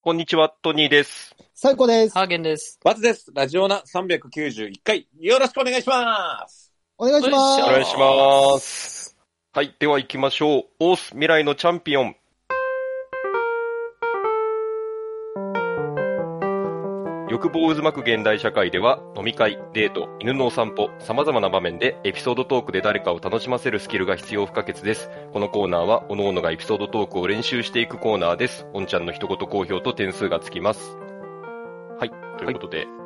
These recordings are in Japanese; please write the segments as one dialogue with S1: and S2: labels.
S1: こんにちは、トニーです。
S2: 最高です。
S3: ハーゲンです。
S4: バツです。ラジオナ391回、よろしくお願いします。
S2: お願いし
S1: お
S2: ます。
S1: 願いします。はい、では行きましょう。オース未来のチャンピオン。欲望渦巻く現代社会では、飲み会、デート、犬のお散歩、様々な場面でエピソードトークで誰かを楽しませるスキルが必要不可欠です。このコーナーは、各々がエピソードトークを練習していくコーナーです。おんちゃんの一言好評と点数がつきます。はい、ということで。今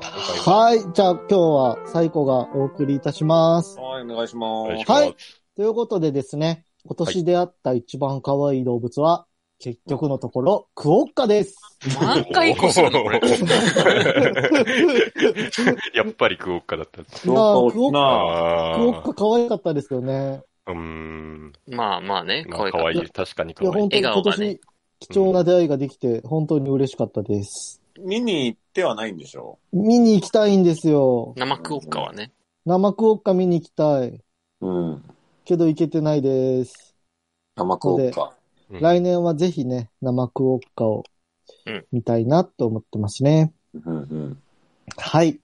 S1: 回も
S2: はい。じゃあ今日は最高がお送りいたします。
S4: はい、お願いし
S1: お願いし
S4: ます。
S1: ます
S2: はいということでですね、今年出会った一番可愛い動物は、結局のところ、クオッカです。
S3: 何回越すのこれ。
S1: やっぱりクオッカだったんです。
S2: まあ、クオッカ、
S4: な
S1: あ
S2: クオッカ可愛かったですよね。
S1: うーん。
S3: まあまあね、
S1: ま
S3: 可
S1: あ
S3: 愛
S1: か
S3: かっ
S1: わいい。確かに
S2: い
S1: か
S2: や、
S1: わいい
S2: 本。当に今
S3: 笑顔がね
S2: 年、貴重な出会いができて、本当に嬉しかったです。
S4: 見に行ってはないんでしょ
S2: 見に行きたいんですよ
S3: た。。生クオッカはね。
S2: 生クオッカ見に行きたい。
S4: うん。
S2: けど行けてないです。
S4: 生クオッカ。
S1: うん
S2: 来年はぜひね、生クオッカを
S3: うん
S2: 見たいなと思ってますね。
S4: うんうん。
S2: はい。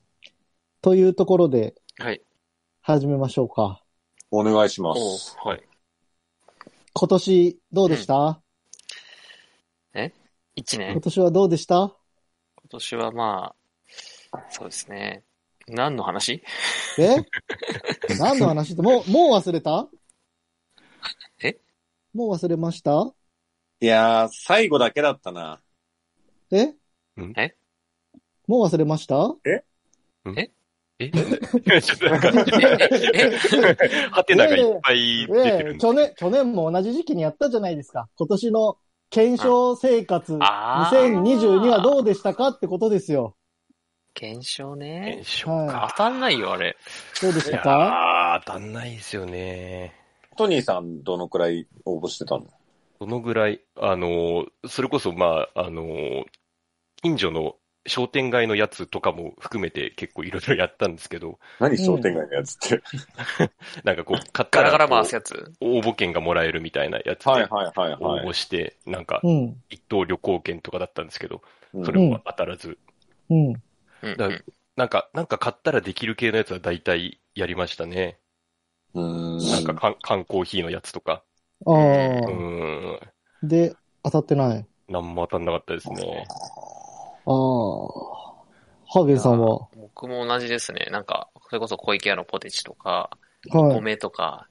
S2: というところで
S3: はい。
S2: 始めましょうか。
S4: お願いしま
S3: おう
S4: す。
S3: はい。
S2: 今年どうでした、
S3: 一年。
S2: 今
S3: 今
S2: 年はどうでした
S3: 年はまあ、そうですね。何の 話
S2: え何の話って、もう、もう忘れた
S3: え
S2: もう忘れました
S4: いやー、最後だけだったな。
S2: え
S1: ん
S3: え
S2: もう忘れました
S1: えちょっとなんか、
S3: ええ
S1: ハテナがいっぱい出て
S2: え
S1: るん
S2: え、
S1: で。
S2: 去年、去年も同じ時期にやったじゃないですか。今年の検証生活、
S3: あー
S2: 2022はどうでしたかってことですよ。
S3: 検証ね。
S1: 検証
S2: は
S3: 当
S1: か。
S3: たんないよ、あれ。
S2: い。どうでし
S1: い
S2: た
S1: や
S2: か
S1: ー当たんないですよね。
S4: トニーさん、どのくらい応募してたの
S1: どのぐらい、あのー、それこそ、まあ、あのー、近所の商店街のやつとかも含めて結構いろいろやったんですけど、
S4: 何商店街のやつって。
S1: なんかこう、買っ
S3: ガ
S1: た
S3: ラガラ
S1: らこ
S3: 回す
S1: う
S3: やつ。
S1: 応募券がもらえるみたいなやつ
S4: はい
S1: で
S4: はいはい
S1: 応
S4: は
S1: 募して、なんか
S2: うん。
S1: 一等旅行券とかだったんですけど、
S4: い。
S1: それも当たらず、
S2: うん。
S3: うんうん
S1: だなんか、なんか買ったらできる系のやつは大体やりましたね。
S4: うん。
S1: なんかかん缶コーヒーのやつとか。
S2: あ
S1: うー
S2: あ、
S1: ん。
S2: で、当たってない。
S1: なんも当たんなかったですね。
S2: ああ。ハーゲンさんは。
S3: 僕も同じですね。なんか、それこそ小池屋のポテチとか、お
S2: はい。
S3: 米とか、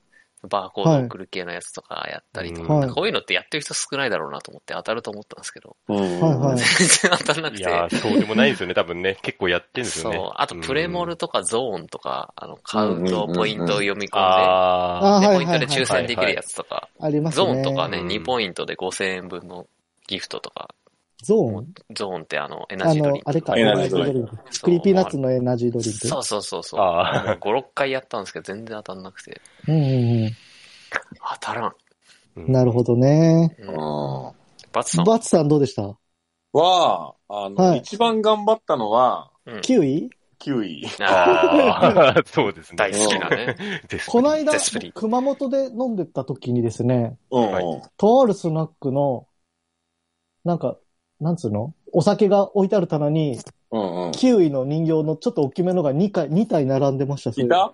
S3: バーコード送る系のやつとかやったりとか、
S1: はい
S3: なんかこういうのってやってる人少ないだろうなと思って当たると思ったんですけど、
S4: うん。
S2: はいはい
S3: 全然当たんなく
S1: い
S3: て。
S1: やー、そうでもないですよね、多分ね。結構やってるんですよね。
S3: そう。あと、プレモルとかゾーンとか、あの、カウント、
S4: うんうんうんうん
S3: ポイントを読み
S1: うん。
S3: 込ん
S1: あ
S2: あ
S3: で、
S2: ー
S3: で、
S2: は
S3: ポ
S2: い
S3: イン
S2: は
S3: ト
S2: いは
S3: で
S2: い
S3: 抽選できるやつとか、
S2: あります
S3: ゾ
S2: ね。
S3: ーンとかね、
S1: うん
S3: 2ポイントで5000円分のギフトとか、
S2: ゾ
S3: も
S2: ー
S3: う
S2: ン
S3: ゾーンってあの、エナ
S2: あ
S3: ジード
S2: の
S3: リン、
S2: あ
S3: ク
S2: れ
S3: とか。
S2: か、
S4: エナジード
S2: ド
S4: リン
S2: リンク。
S3: そう
S2: クリーピーナッツのエナジードリンク。
S3: そうそうそうそう。
S1: あー
S3: 5、6回やったんですけど、全然当たんなくて。
S2: うんうん
S3: 当たらん。
S1: あ
S2: うん。なるほどね。
S3: う
S4: う
S3: ん。
S4: んは、
S3: バツさん。
S2: バツさんどうでした
S4: あの、
S2: はい
S4: 一番頑張ったのは、
S3: うん
S2: ?9 位
S4: 9位。
S3: あー
S1: ああ、 そうですね。
S3: 大好きなね。
S1: ですね
S2: この間
S3: ゼスプリ、
S2: 熊本で飲んでた時にですね、
S4: うん
S1: は
S4: うん。
S2: とあるスナックの、なんか、なんつうのお酒が置いてある棚に、
S4: うんうん。
S2: キウイの人形のちょっと大きめのが2回、2体並んでました。それ
S4: いた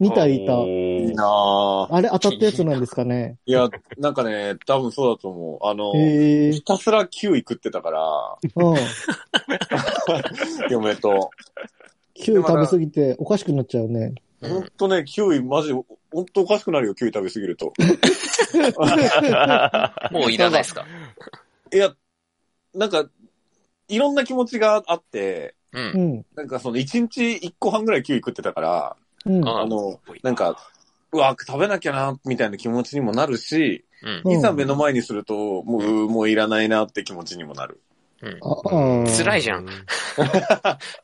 S2: ?2 体いた。
S4: いいなぁ。
S2: あれ当たったやつなんですかね。
S4: いや、なんかね、多分そうだと思う。あの、
S2: へえ
S4: ひ。たすらキウイ食ってたから、
S2: うん。
S4: 嫁と。
S2: キウイ食べすぎておかしくなっちゃうね。
S3: う
S4: ほん
S3: ん。
S4: とね、キウイマジ、ほんとおかしくなるよ、キウイ食べすぎると。
S1: あ
S3: もういらないですか。
S4: いや、なんか、いろんな気持ちがあって、
S3: う。
S2: うんん。
S4: なんかその一日一個半ぐらいキウイ食ってたから、
S2: うん。
S3: あ
S4: あの、なんか、うわ、食べなきゃな、みたいな気持ちにもなるし、
S3: うん。
S2: うん
S4: いざ目の前にすると、もう、もういらないなって気持ちにもなる。
S3: うん。
S2: ああ
S1: ー
S3: 辛いじゃん。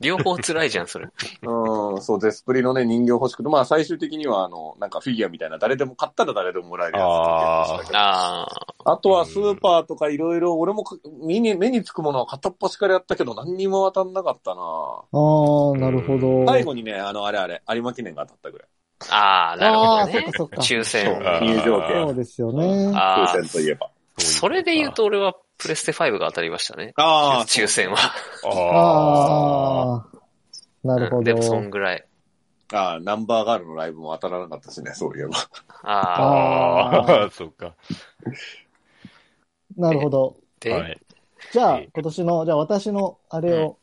S3: 両方辛いじゃん、それ。
S4: うん、そう、ゼスプリのね、人形欲しくて、まあ最終的には、あの、なんかフィギュアみたいな、誰でも買ったら誰でももらえるやつ
S1: あー
S4: っていうのをしたけど
S3: あ
S4: あとはスーパーとかいろいろ、俺もか目に目につくものは片っ端からやったけど、何にも当たんなかった
S2: あ
S4: な
S2: ー、なるほど。
S4: 最後にね、あの、あれあれ、有馬記念が当たったぐらい。
S3: あ。ああ、なるほ
S2: ああ、
S3: ど
S2: そっ
S3: ね
S2: か。そっか。
S3: 抽選。
S1: あー
S4: 入場
S1: そ
S2: そう
S4: 券。
S2: ですよね。
S3: ああ
S4: 抽選といえば。
S3: それで言うと俺はプレステ5が当たりましたね。
S4: ああ、
S3: 抽選は。
S1: あ
S2: ああ。なるほ
S3: うん
S2: ど
S3: で。も、そんぐらい。
S4: ああ、ナンバーガールのライブも当たらなかったしね、そういえば。
S1: あ。
S3: ああ。
S1: ああ、そうか。
S2: なるほど。
S3: で、
S1: はい。
S2: じゃあ、
S1: え
S2: 今年の、じゃあ私のあれを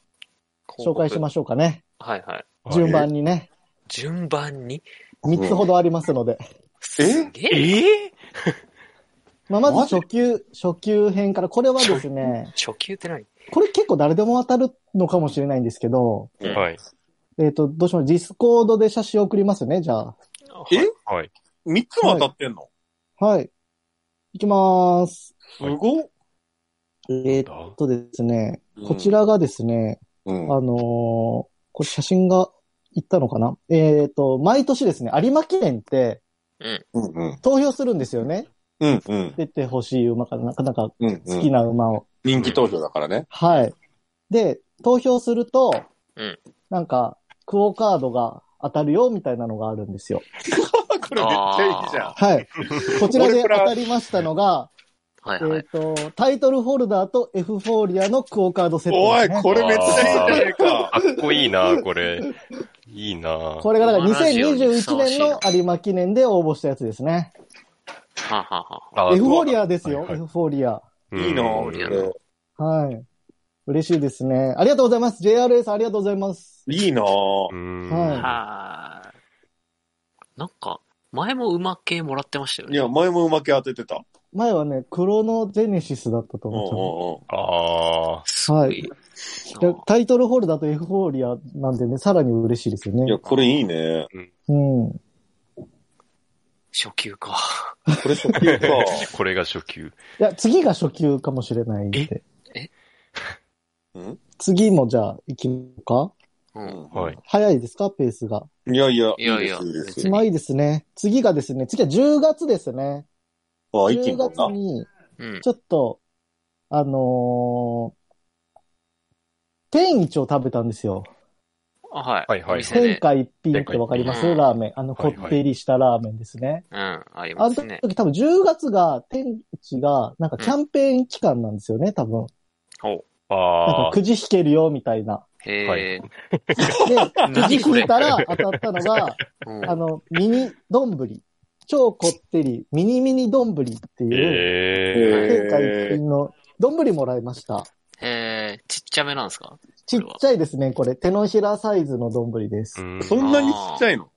S3: 広
S2: 紹
S3: 告
S2: 介しましょうかね。
S3: はいはい。
S2: 順番にね。
S3: 順番に
S2: 3つほどありますので。
S3: すげえ
S1: ええ
S2: まあ、ま
S4: マ
S2: ず
S4: ジ
S2: 初級、初級編から、これはですね、
S3: 初級って何
S2: これ結構誰でも当たるのかもしれないんですけど、
S3: うん
S1: はい。
S2: えっ、と、どうしましょう。ディスコードで写真送りますね、じゃあ。
S4: え
S3: はい
S1: はい。
S4: 三つも当たってんの、
S2: はい。いきまー
S1: は
S2: す。
S1: い
S4: すごっ
S2: えっ、とですね、
S4: うん
S2: こちらがですね、
S4: うん。
S2: あのーこれ写真がいったのかなえっ、と、毎年ですね、有馬記念って
S4: うんうん。
S2: 投票するんですよね。
S4: うんうん。
S2: 出てほしい馬から、なんか、なんか
S4: うん
S2: 好きな馬を。
S4: 人気投票だからね。
S2: はい。で、投票すると、
S3: うん
S2: なんか、クオカードが当たるよ、みたいなのがあるんですよ。
S4: これめっちゃいいじゃん。
S2: はい。こちらで
S4: 俺これ
S2: 当たりましたのが、
S3: は
S2: えっ、
S3: いはい。
S2: と、タイトルホルダーとエフフォーリアのクオカードセット
S4: お
S2: で
S4: い、
S2: す、ね。
S4: これめっちゃいいじゃねえか。
S1: かっこいいな、これ。いいな。
S2: これがだから2021
S3: 2021
S2: 年の有馬記念で応募したやつですね。
S3: はははは。
S1: あ
S2: エフフォーリアですよ、
S1: はいはい
S2: エフフォーリア。
S1: うん
S4: いいな
S1: うん
S4: ぁ。
S2: はい。嬉しいですね。ありがとうございます。JRA さんありがとうございます。
S4: いいなぁ。
S1: うん
S2: はい
S3: はーいなんか、前も馬系もらってましたよ
S4: い
S3: ね。
S4: や、前もうまけ当ててた。
S2: 前はね、クロノゼネシスだったと
S4: うん
S2: 思って
S1: あ
S3: すご
S2: はい
S3: い
S2: た
S3: な
S2: でタイトルホルダーとエフフォーリアなんでね、さらに嬉しいですよ
S4: うん。い
S2: ね
S4: や、。これいいね。
S2: うん。
S3: 初級か。
S4: これ初級か。
S1: あ。これが初級。
S2: いや、次が初級かもしれないんで。
S3: え
S4: ん
S2: 次もじゃあ行きま
S3: うん。
S1: はい。。
S2: すか早いですかペースが。
S4: いやいや、
S3: いやいや
S4: いですいいです
S2: まあいいですね。次がですね、次は10月ですね。
S4: あ、一
S2: 10
S4: 気にだ
S2: 月
S4: な。
S2: に、
S3: うん。
S2: ちょっと、あのー、天一を食べたんですよ。
S3: あ、はい。
S1: はいはい
S3: お店
S2: 天
S3: で。
S2: 下一品ってわかります
S3: 天下一品
S2: ラーメン。あの、
S1: はい
S2: こ
S1: はい
S2: ってりしたラーメンですね。
S3: うん、あり
S2: あ
S3: ま
S2: の
S3: す
S2: 時、
S3: ね。
S2: 多分10月が、天一が、なんかキャンペーン期間なんですよね、多分。
S3: お
S2: な
S1: あ
S2: んかくじ引けるよ、みたいな。
S3: へ
S1: は
S3: え。
S2: で、くじ
S3: 何こ
S2: 引
S3: れ
S2: いたら当たったのが、
S3: うん
S2: あの、ミニ丼。超こってり、ミニミニ丼って
S1: あ。
S2: いう、
S1: ええ。
S2: 天下一
S4: えー
S2: 品の丼もらいました。
S3: へえ、ちっちゃめなんですか
S2: ちっちゃいですね、これ。手のひらサイズの丼です。
S1: うん
S4: そんなにちっちゃいの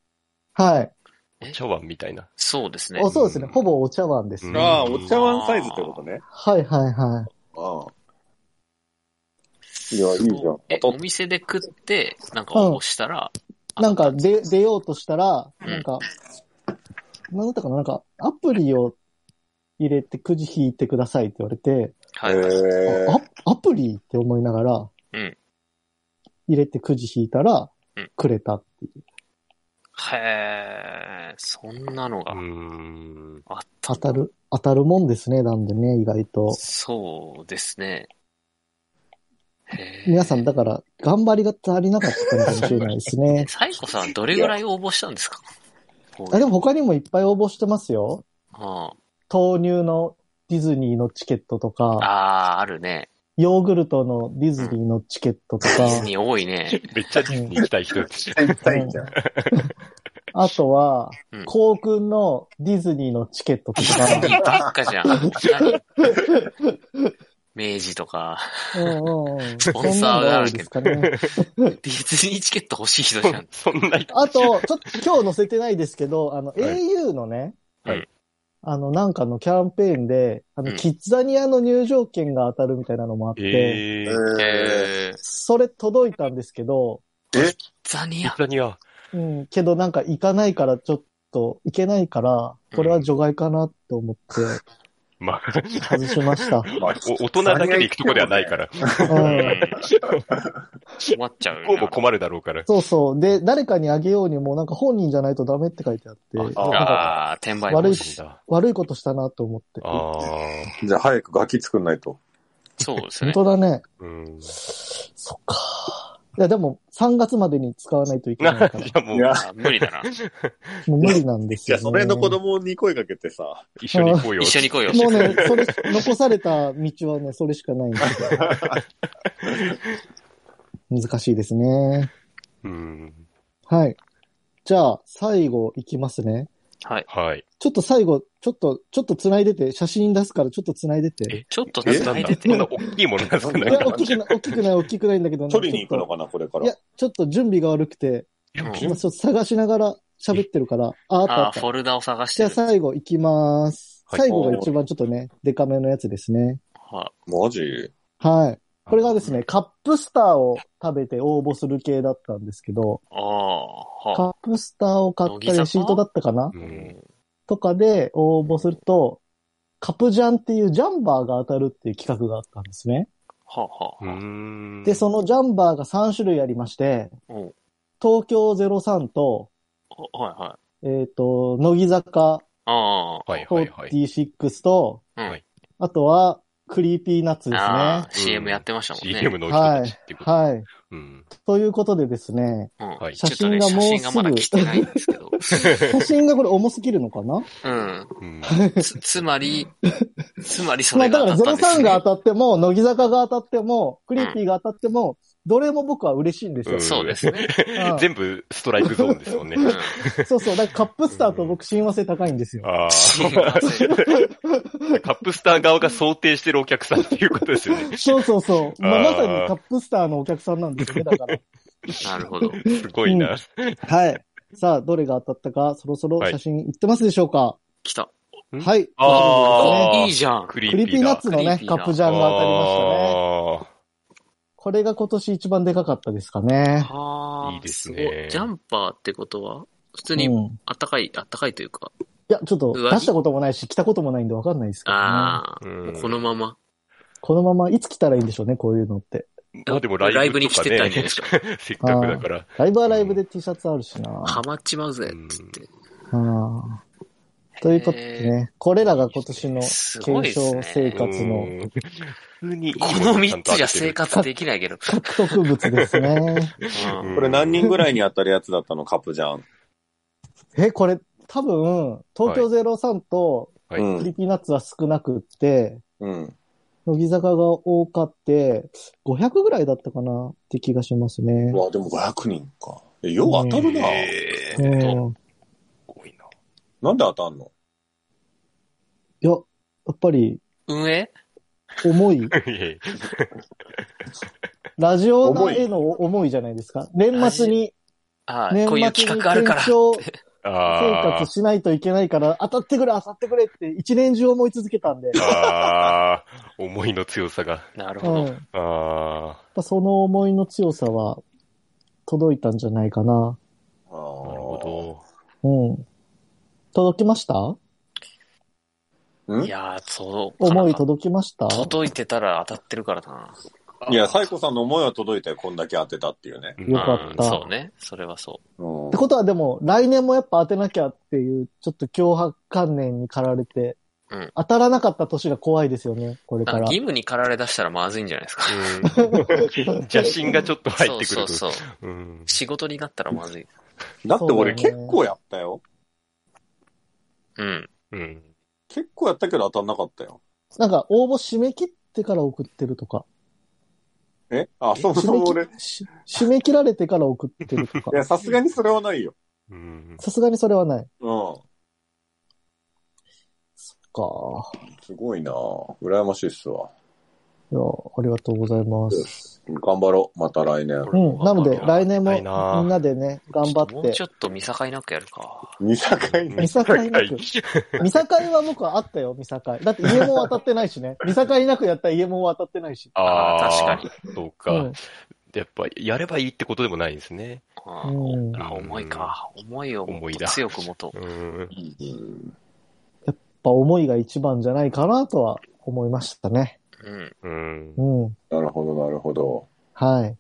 S2: はい。
S1: 茶碗みたいな。
S3: そうですね
S2: お、。そうですね。ほぼお茶碗です
S1: う
S2: ね。
S1: ん
S4: ああ、お茶碗サイズってことね。
S2: はいはいは
S4: ああ。いや、いいじゃん。
S3: え、お店で食って、なんか応募したら、
S2: い。なんか出、出ようとしたら、
S3: うん
S2: なんか、なんだったかななんか、アプリを入れてくじ引いてくださいって言われて、
S3: はいはい。
S4: えー
S2: あアアプリって思いながら、
S3: うん
S2: 入れてくじ引いたら
S3: うん、
S2: くれたっていう。
S3: へえ、そんなの
S1: う
S3: が
S1: ん。
S3: あった
S2: 当。たる、当たるもんですね、なんでね、意外と。
S3: そうですね。へえ。。
S2: 皆さん、だから、頑張りが足りなかったのかもしれないですね
S3: サイコさん、どれぐらい応募したんですか
S2: あでも他にもいっぱい応募してますよ。
S3: あ
S2: 豆乳のディズニーのチケットと
S3: あ
S2: か、
S3: あ、あるね。
S2: ヨーグルトのディズニーのチケットとか、
S3: に多 いね。
S1: めっちゃディズニー行きたい人です。
S4: 絶対いいじゃん。
S2: あとは
S3: うん、
S2: 航空のディズニーのチケットとか、
S3: いいばっかじゃん。な明治とか、
S2: うんうんうん。
S3: スポ
S2: そ
S3: ン
S2: ん
S3: サ
S2: なの
S3: ー
S2: が
S3: があ
S2: 多
S3: る
S2: い
S3: け
S2: で
S3: ど
S2: すかね。
S3: ディズニーチケット欲しい人じゃん。
S1: そんな人。
S2: あと、ちょっと今日載せてないですけど、あの、
S1: い
S2: au のね、
S1: はい
S2: あの、なんかのキャンペーンで、あの、
S3: うん
S2: キッザニアの入場券が当たるみたいなのもあって、
S1: ええ。
S3: え
S4: え
S3: ー、
S2: それ届いたんですけど、
S3: ザニ
S1: キ
S3: ア
S1: ッ。ザニア。
S2: うん、けどなんか行かないからちょっと、行けないから、これは除外かなと思って
S1: まあ、
S2: 外しま した。
S1: まあ、お大人だけで行くとこではないから。
S3: う
S2: うん、
S3: ん。困っちゃうよな。
S1: こうも困るだろうから。
S2: そうそう。で、誰かにあげようにもなんか本人じゃないとダメって書いてあって、なんか
S3: ああ、転売
S2: 悪い
S3: し。
S1: あ
S2: 悪いことしたなと思って。本
S1: あー。
S4: ーじゃあ早くガキ作んないと。
S3: そうですね。
S2: 当だね。
S1: うん。
S2: そっか。いや、でも、3月までに使わないといけないか ら
S1: じ、ゃあも
S4: いうや、
S3: あ無理 だな。
S2: もう無理なんです
S4: じゃ
S2: よ、
S4: あ
S2: ね。
S4: その辺の子供に声かけてさ、
S1: 一緒に行こうよ。
S3: 一緒に行こうよ。
S2: もうね、それ、残された道はね、それしかないんですよ。 難しいですね。
S1: うん。
S2: はい。じゃあ、最後いきますね。
S3: はい。
S1: はい。
S2: ちょっと最後、ちょっと、ちょっと繋いでて、写真出すからちょっと繋いでて。
S1: え
S3: ちょっと
S4: え
S3: 繋いでて
S1: そん。な大きいものなんですか
S4: い
S2: い
S1: な
S2: や
S1: ん、か
S2: 大きくない、大きくない、大きくないんだけどね、
S4: 取りに行くの
S2: ちょ
S4: かな、これか
S2: っと
S4: ら。
S2: いや、ちょっと準備が悪くて、
S3: うん
S2: 今ちょっと探しながら喋ってるから、あ、あったあ
S3: あ
S2: っ
S3: ー
S2: た
S3: フ。ォルダを探し
S2: じ
S3: て
S2: ゃあ
S3: る。
S2: 最後行きます。
S1: はい
S2: 最後が一番ちょっとね、デカめのやつですね。
S3: は
S4: マジ
S2: はい。 これがですね、カップスターを食べて応募する系だったんですけど、
S3: ああ、は
S2: カップスターを買った
S3: 乃木坂
S2: レシートだったかな
S1: う
S3: うんん
S2: とかで応募すると、カプジャンっていうジャンバーが当たるっていう企画があったんですね。
S3: はあ、はあ、
S1: う
S3: はあ
S1: ん。
S2: で、そのジャンバーが3種類ありまして、
S3: うん
S2: 東京03と、
S3: おはいはい。
S2: えっ、と、乃木坂
S3: あ
S1: はいはいはい。
S2: 46と、
S3: うん
S1: はい
S2: あとは、クリーピーナッツ
S3: あ、
S2: ですね。
S3: ああ、
S1: すね
S3: CM やってましたもんね。
S1: CM の人
S2: は
S1: た
S2: い
S1: ちっていう。こと。
S2: はい。
S1: うん。
S2: ということでです ね、
S3: うん
S1: はい
S3: ちょっと
S2: 写真
S3: ね、
S2: が
S3: 写
S2: もうす
S3: 真
S2: ぐ
S3: がまだ来てないんですけど。
S2: 写真がこれ重すぎるのかな
S3: うん。
S1: うん
S3: つ、 つまり、つまりそ
S2: ま
S3: れ
S2: あ
S3: が
S2: だから
S3: 当たったんです
S2: 03
S3: ね。
S2: が当たっても、乃木坂が当たっても、クリーピーが当たっても、どれも僕は嬉しいんですよ。
S3: そうですね。
S2: あ あ
S1: 全部ストライクゾーンですもんね。
S3: うん。
S2: そうそう。だからカップスターと僕親和性高いんですよ。
S1: ああ。
S3: 親和性
S1: カップスター側が想定してるお客さんっていうことですよね。
S2: そうそうそう。まあ、
S1: あ
S2: ま
S1: ー
S2: さにカップスターのお客さんなんですよね、だから。
S3: なるほど。
S1: すごいな。
S2: はい。さあ、どれが当たったか、そろそろ写真いってますでしょうか
S3: 来た。
S1: うん
S2: はい。こちら
S1: あ
S2: で
S1: ー
S3: いいじゃん。
S1: ク
S2: す
S1: リ
S2: ね。クリーピーナッツの
S3: クリー
S2: ね
S3: ピ、ー
S2: カ
S3: な
S2: ップジャンが当たりましたね。これが今年一番でかかったですかね。
S3: はあ。
S1: いいですね
S3: ごいジャンパーってことは、普通に
S2: うん
S3: あったかい、あったかいというか、
S2: いや、ちょっと
S3: 上着
S2: 出したこともないし、着たこともないんでわかんないですけど、ね。
S3: ああ、
S1: うん
S3: もうこのまま。
S2: このままいつ来たらいいんでしょうね、こういうのって。
S1: まあでもライブ
S3: ライブに
S1: と
S3: 来
S1: か
S3: て
S1: ね
S3: たんじゃないですか。
S1: せっかくだから。
S2: ライブはライブで T シャツあるしな。
S3: ハマっちまうぜ、つって。
S2: あーということでね、これらが今年の
S3: すごい
S2: 検
S3: です
S2: 証
S3: ね
S2: 生活
S1: う
S2: の
S1: ん普通にいい
S3: こ
S1: も
S3: の
S1: にち
S3: 3
S1: んと
S3: つ
S1: 当
S3: じゃ
S1: てて
S3: 生
S1: る
S3: 活できないけど。
S2: 獲得物です ね。
S3: うん
S4: これ何人ぐらいに当たるやつだったの、カップじゃん。
S2: え、これ多分、東京03と
S1: はい
S4: うん
S2: クリーピーナッツは少なくって、
S4: うん。
S2: 乃木坂が多かって、500ぐらいだったかなって気がしますね
S4: う。わ、でも500人か。え、よう当たるな。
S1: え
S2: う
S1: ー
S2: ん。い
S1: 多いな
S4: なんで当たんの
S2: や、やっぱり、
S3: 運営
S2: 重 い。
S1: いやいや
S2: ラジオへの思いじゃないですか。年末に、
S3: あ
S2: 年
S3: あ、こういう
S2: 末
S3: 企
S2: に
S3: 画あるから
S2: 検。証生
S1: あ
S2: 活しないといけないから、当たってくれ、当たってくれって一年中思い続けたんで、
S1: ーあー、思いの強さが。
S3: なる
S2: うん。
S3: ほ
S2: や
S3: ど。
S2: っ
S1: あ
S2: ぱその思いの強さは届いたんじゃないかな。
S1: あ、
S4: あー
S1: なるほ
S2: うん。届きました
S4: うん
S3: いやー、そう。
S2: 思い届きました
S3: 届いてたら当たってるからな。
S1: ど。
S4: いや、サイコさんの思いは届いて、こんだけ当てたっていうね。
S1: うん
S2: よかった
S3: うんそうね。それはそ
S4: うん
S2: ってことはでも、来年もやっぱ当てなきゃっていう、ちょっと脅迫観念に駆られて、
S3: うん
S2: 当たらなかった年が怖いですよね、これ
S3: う。な
S2: か。
S3: んから義務に駆られ出したらまずいんじゃないですか。
S1: うん邪心がちょっと入ってく
S3: そ
S1: る
S3: う
S1: と。
S3: そうそう。
S1: うん
S3: 仕事になったらまずい。
S4: だって俺
S2: そうだね
S4: 結構やったよ。
S3: うん。
S1: うん
S4: 結構やったけど当たんなかったよ。
S2: なんか応募締め切ってから送ってると か。
S4: えあ、そもそ
S2: 締
S4: も
S2: め
S4: 俺。い
S2: 切し締め切られてから送ってる とか。
S4: や、さすがにそれはないよ。
S1: うん
S2: さすがにそれはない。
S4: う
S2: そっか。
S4: ん。すごいな羨ましいっすわ。
S2: いや、ありがとうございます。
S4: 頑張ろう。また来年。
S2: うん。なので、来年も
S1: いな
S2: みんなでね、頑張
S3: も
S2: っ
S3: う
S2: て
S3: ち。ょっと見境なくやるか。
S4: 見境ね。
S2: 見境なく。
S1: は
S2: 見境は僕はあったよ、見境。だって家も当たってない しね。見境なくやったら家も当たってないし。
S1: ああ、
S3: あー確
S1: かに。そう
S2: う
S1: か。
S2: ん。
S1: やっぱ、やればいいってことでもないんですね。
S3: あ
S2: うん
S3: ーあ重いか。重いをも
S1: 重
S3: っ
S1: いだ
S3: と強く持とう。
S1: うん。
S4: うん
S2: やっぱ思いが一番じゃないかなとは思いましたね。
S3: うん。
S1: うん
S2: う。ん。
S4: なるほど、なるほど。
S2: はい。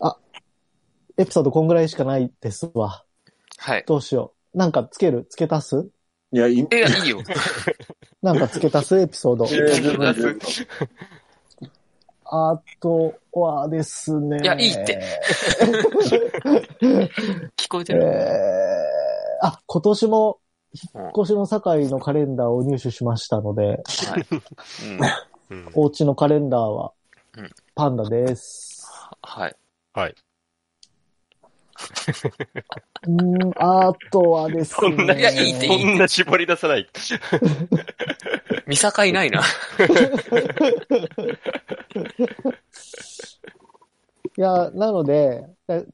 S2: あ、エピソードこんぐらいしかないですわ。
S3: はい。
S2: どうしよう。なんかつける付け足す
S4: いや、いい
S3: いや、いいよ。
S2: なんか付け足すエピソード。
S4: えー全然全然
S2: ああとはですね。
S3: いやいいって。聞こえて
S2: え
S3: る、
S2: ー、あ、今年も、引っ越しの堺のカレンダーを入手しましたので、
S3: はい。うん。
S1: うん
S2: お家のカレンダーは
S3: うん、
S2: パンダです。
S3: はい。
S1: はい。
S2: うん、あとはです
S1: そんな、
S2: ね。
S3: いやいいっていい
S1: そんな絞り出さない。
S3: 見境ないな。
S2: いや、なので、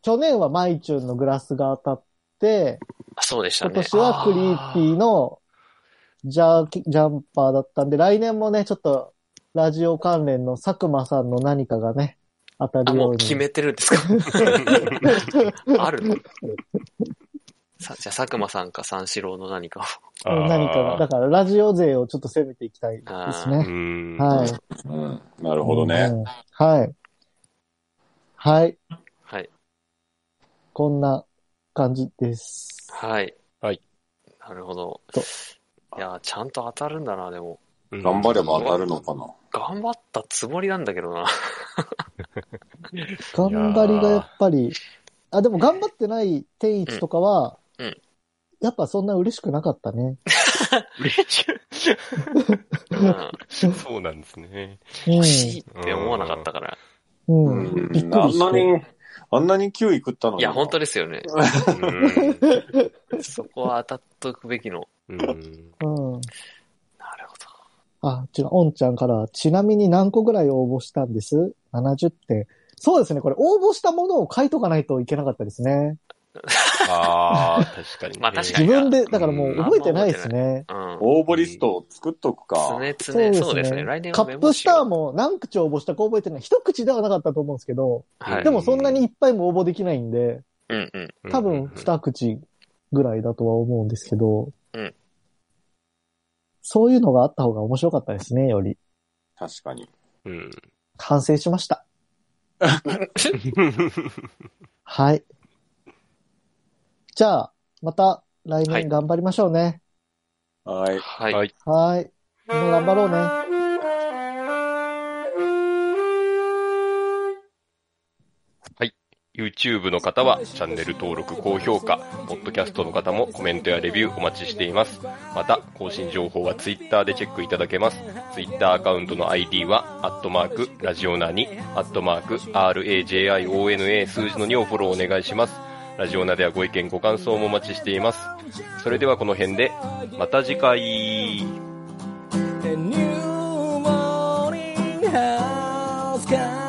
S2: 去年はマイチューンのグラスが当たって、
S3: そうでした
S2: 今
S3: ね。
S2: 年はクリーピーのジャーキジャンパーだったんで、来年もね、ちょっとラジオ関連の佐久間さんの何かがね、当た
S3: あ、
S2: るよ
S3: も
S2: う
S3: う
S2: に。
S3: 決めてる んですか あるのさじゃあ、佐久間さんか三四郎の何かを。
S1: あー
S2: 何かが。だからラジオ勢をちょっと攻めていきたいです
S1: う
S2: ね。
S1: ん。
S2: はい。な
S4: うん。なるほどね。。
S2: はい。はい。
S3: はい。
S2: こんな感じです。
S3: はい。
S1: はい。
S3: なるほど
S2: と。
S3: いやー、ちゃんと当たるんだな、でも。
S1: うん
S4: 頑張れば当たるのかな。
S3: 頑張ったつもりなんだけどな。
S2: 頑張りがやっぱり、あ、でも頑張ってない天一とかは、
S3: うんうん
S2: やっぱそんな嬉しくなかったね。
S1: 嬉し
S3: うん。
S1: い。そうなんですね。
S2: うん
S3: 欲しいって思わなかったから。
S2: う。
S4: うんん
S2: びっくりして
S4: あんなに、あんなにキウイ食ったのに。
S3: いや、本当ですよね。
S1: うん
S3: そこは当たっとくべきの。
S1: うん。
S2: うん。
S3: なるほど。
S2: あ、違う、おんちゃんから、ちなみに何個ぐらい応募したんです ?70 点。そうですね、これ応募したものを書いとかないといけなかったですね。
S1: ああ、確かにね。
S3: まあ確か
S2: 自
S3: に
S2: 分で、だからもう覚えてないですね。
S3: うん。
S4: 応募リストを作っとくか。
S3: 常々、そうですね。来年
S2: カ
S3: は
S2: ップスター
S3: ー
S2: も何口応募したか覚えてない。一口ではなかったと思うんですけど、
S3: はい。
S2: でもそんなにいっぱいも応募できないんで、
S3: うんうん。
S2: 多分二口ぐらいだとは思うんですけど、
S3: うん
S2: そういうのがあった方が面白かったですね、より。
S4: 確かに。
S1: うん。
S2: 反省しました。はい。じゃあ、また来
S3: はい
S2: 年頑張りましょうね。
S4: はい。
S3: はい。
S1: はい
S2: はい。みんな頑張ろうね。
S1: YouTube の方はチャンネル登録、高評価、Podcast の方もコメントやレビューお待ちしています。また、更新情報は Twitter でチェックいただけます。Twitter アカウントの ID は、アットマーク、ラジオナに、アットマーク、RAJIONA 数字の2をフォローお願いします。ラジオナではご意見、ご感想もお待ちしています。それではこの辺で、また次回。
S5: A new morning has come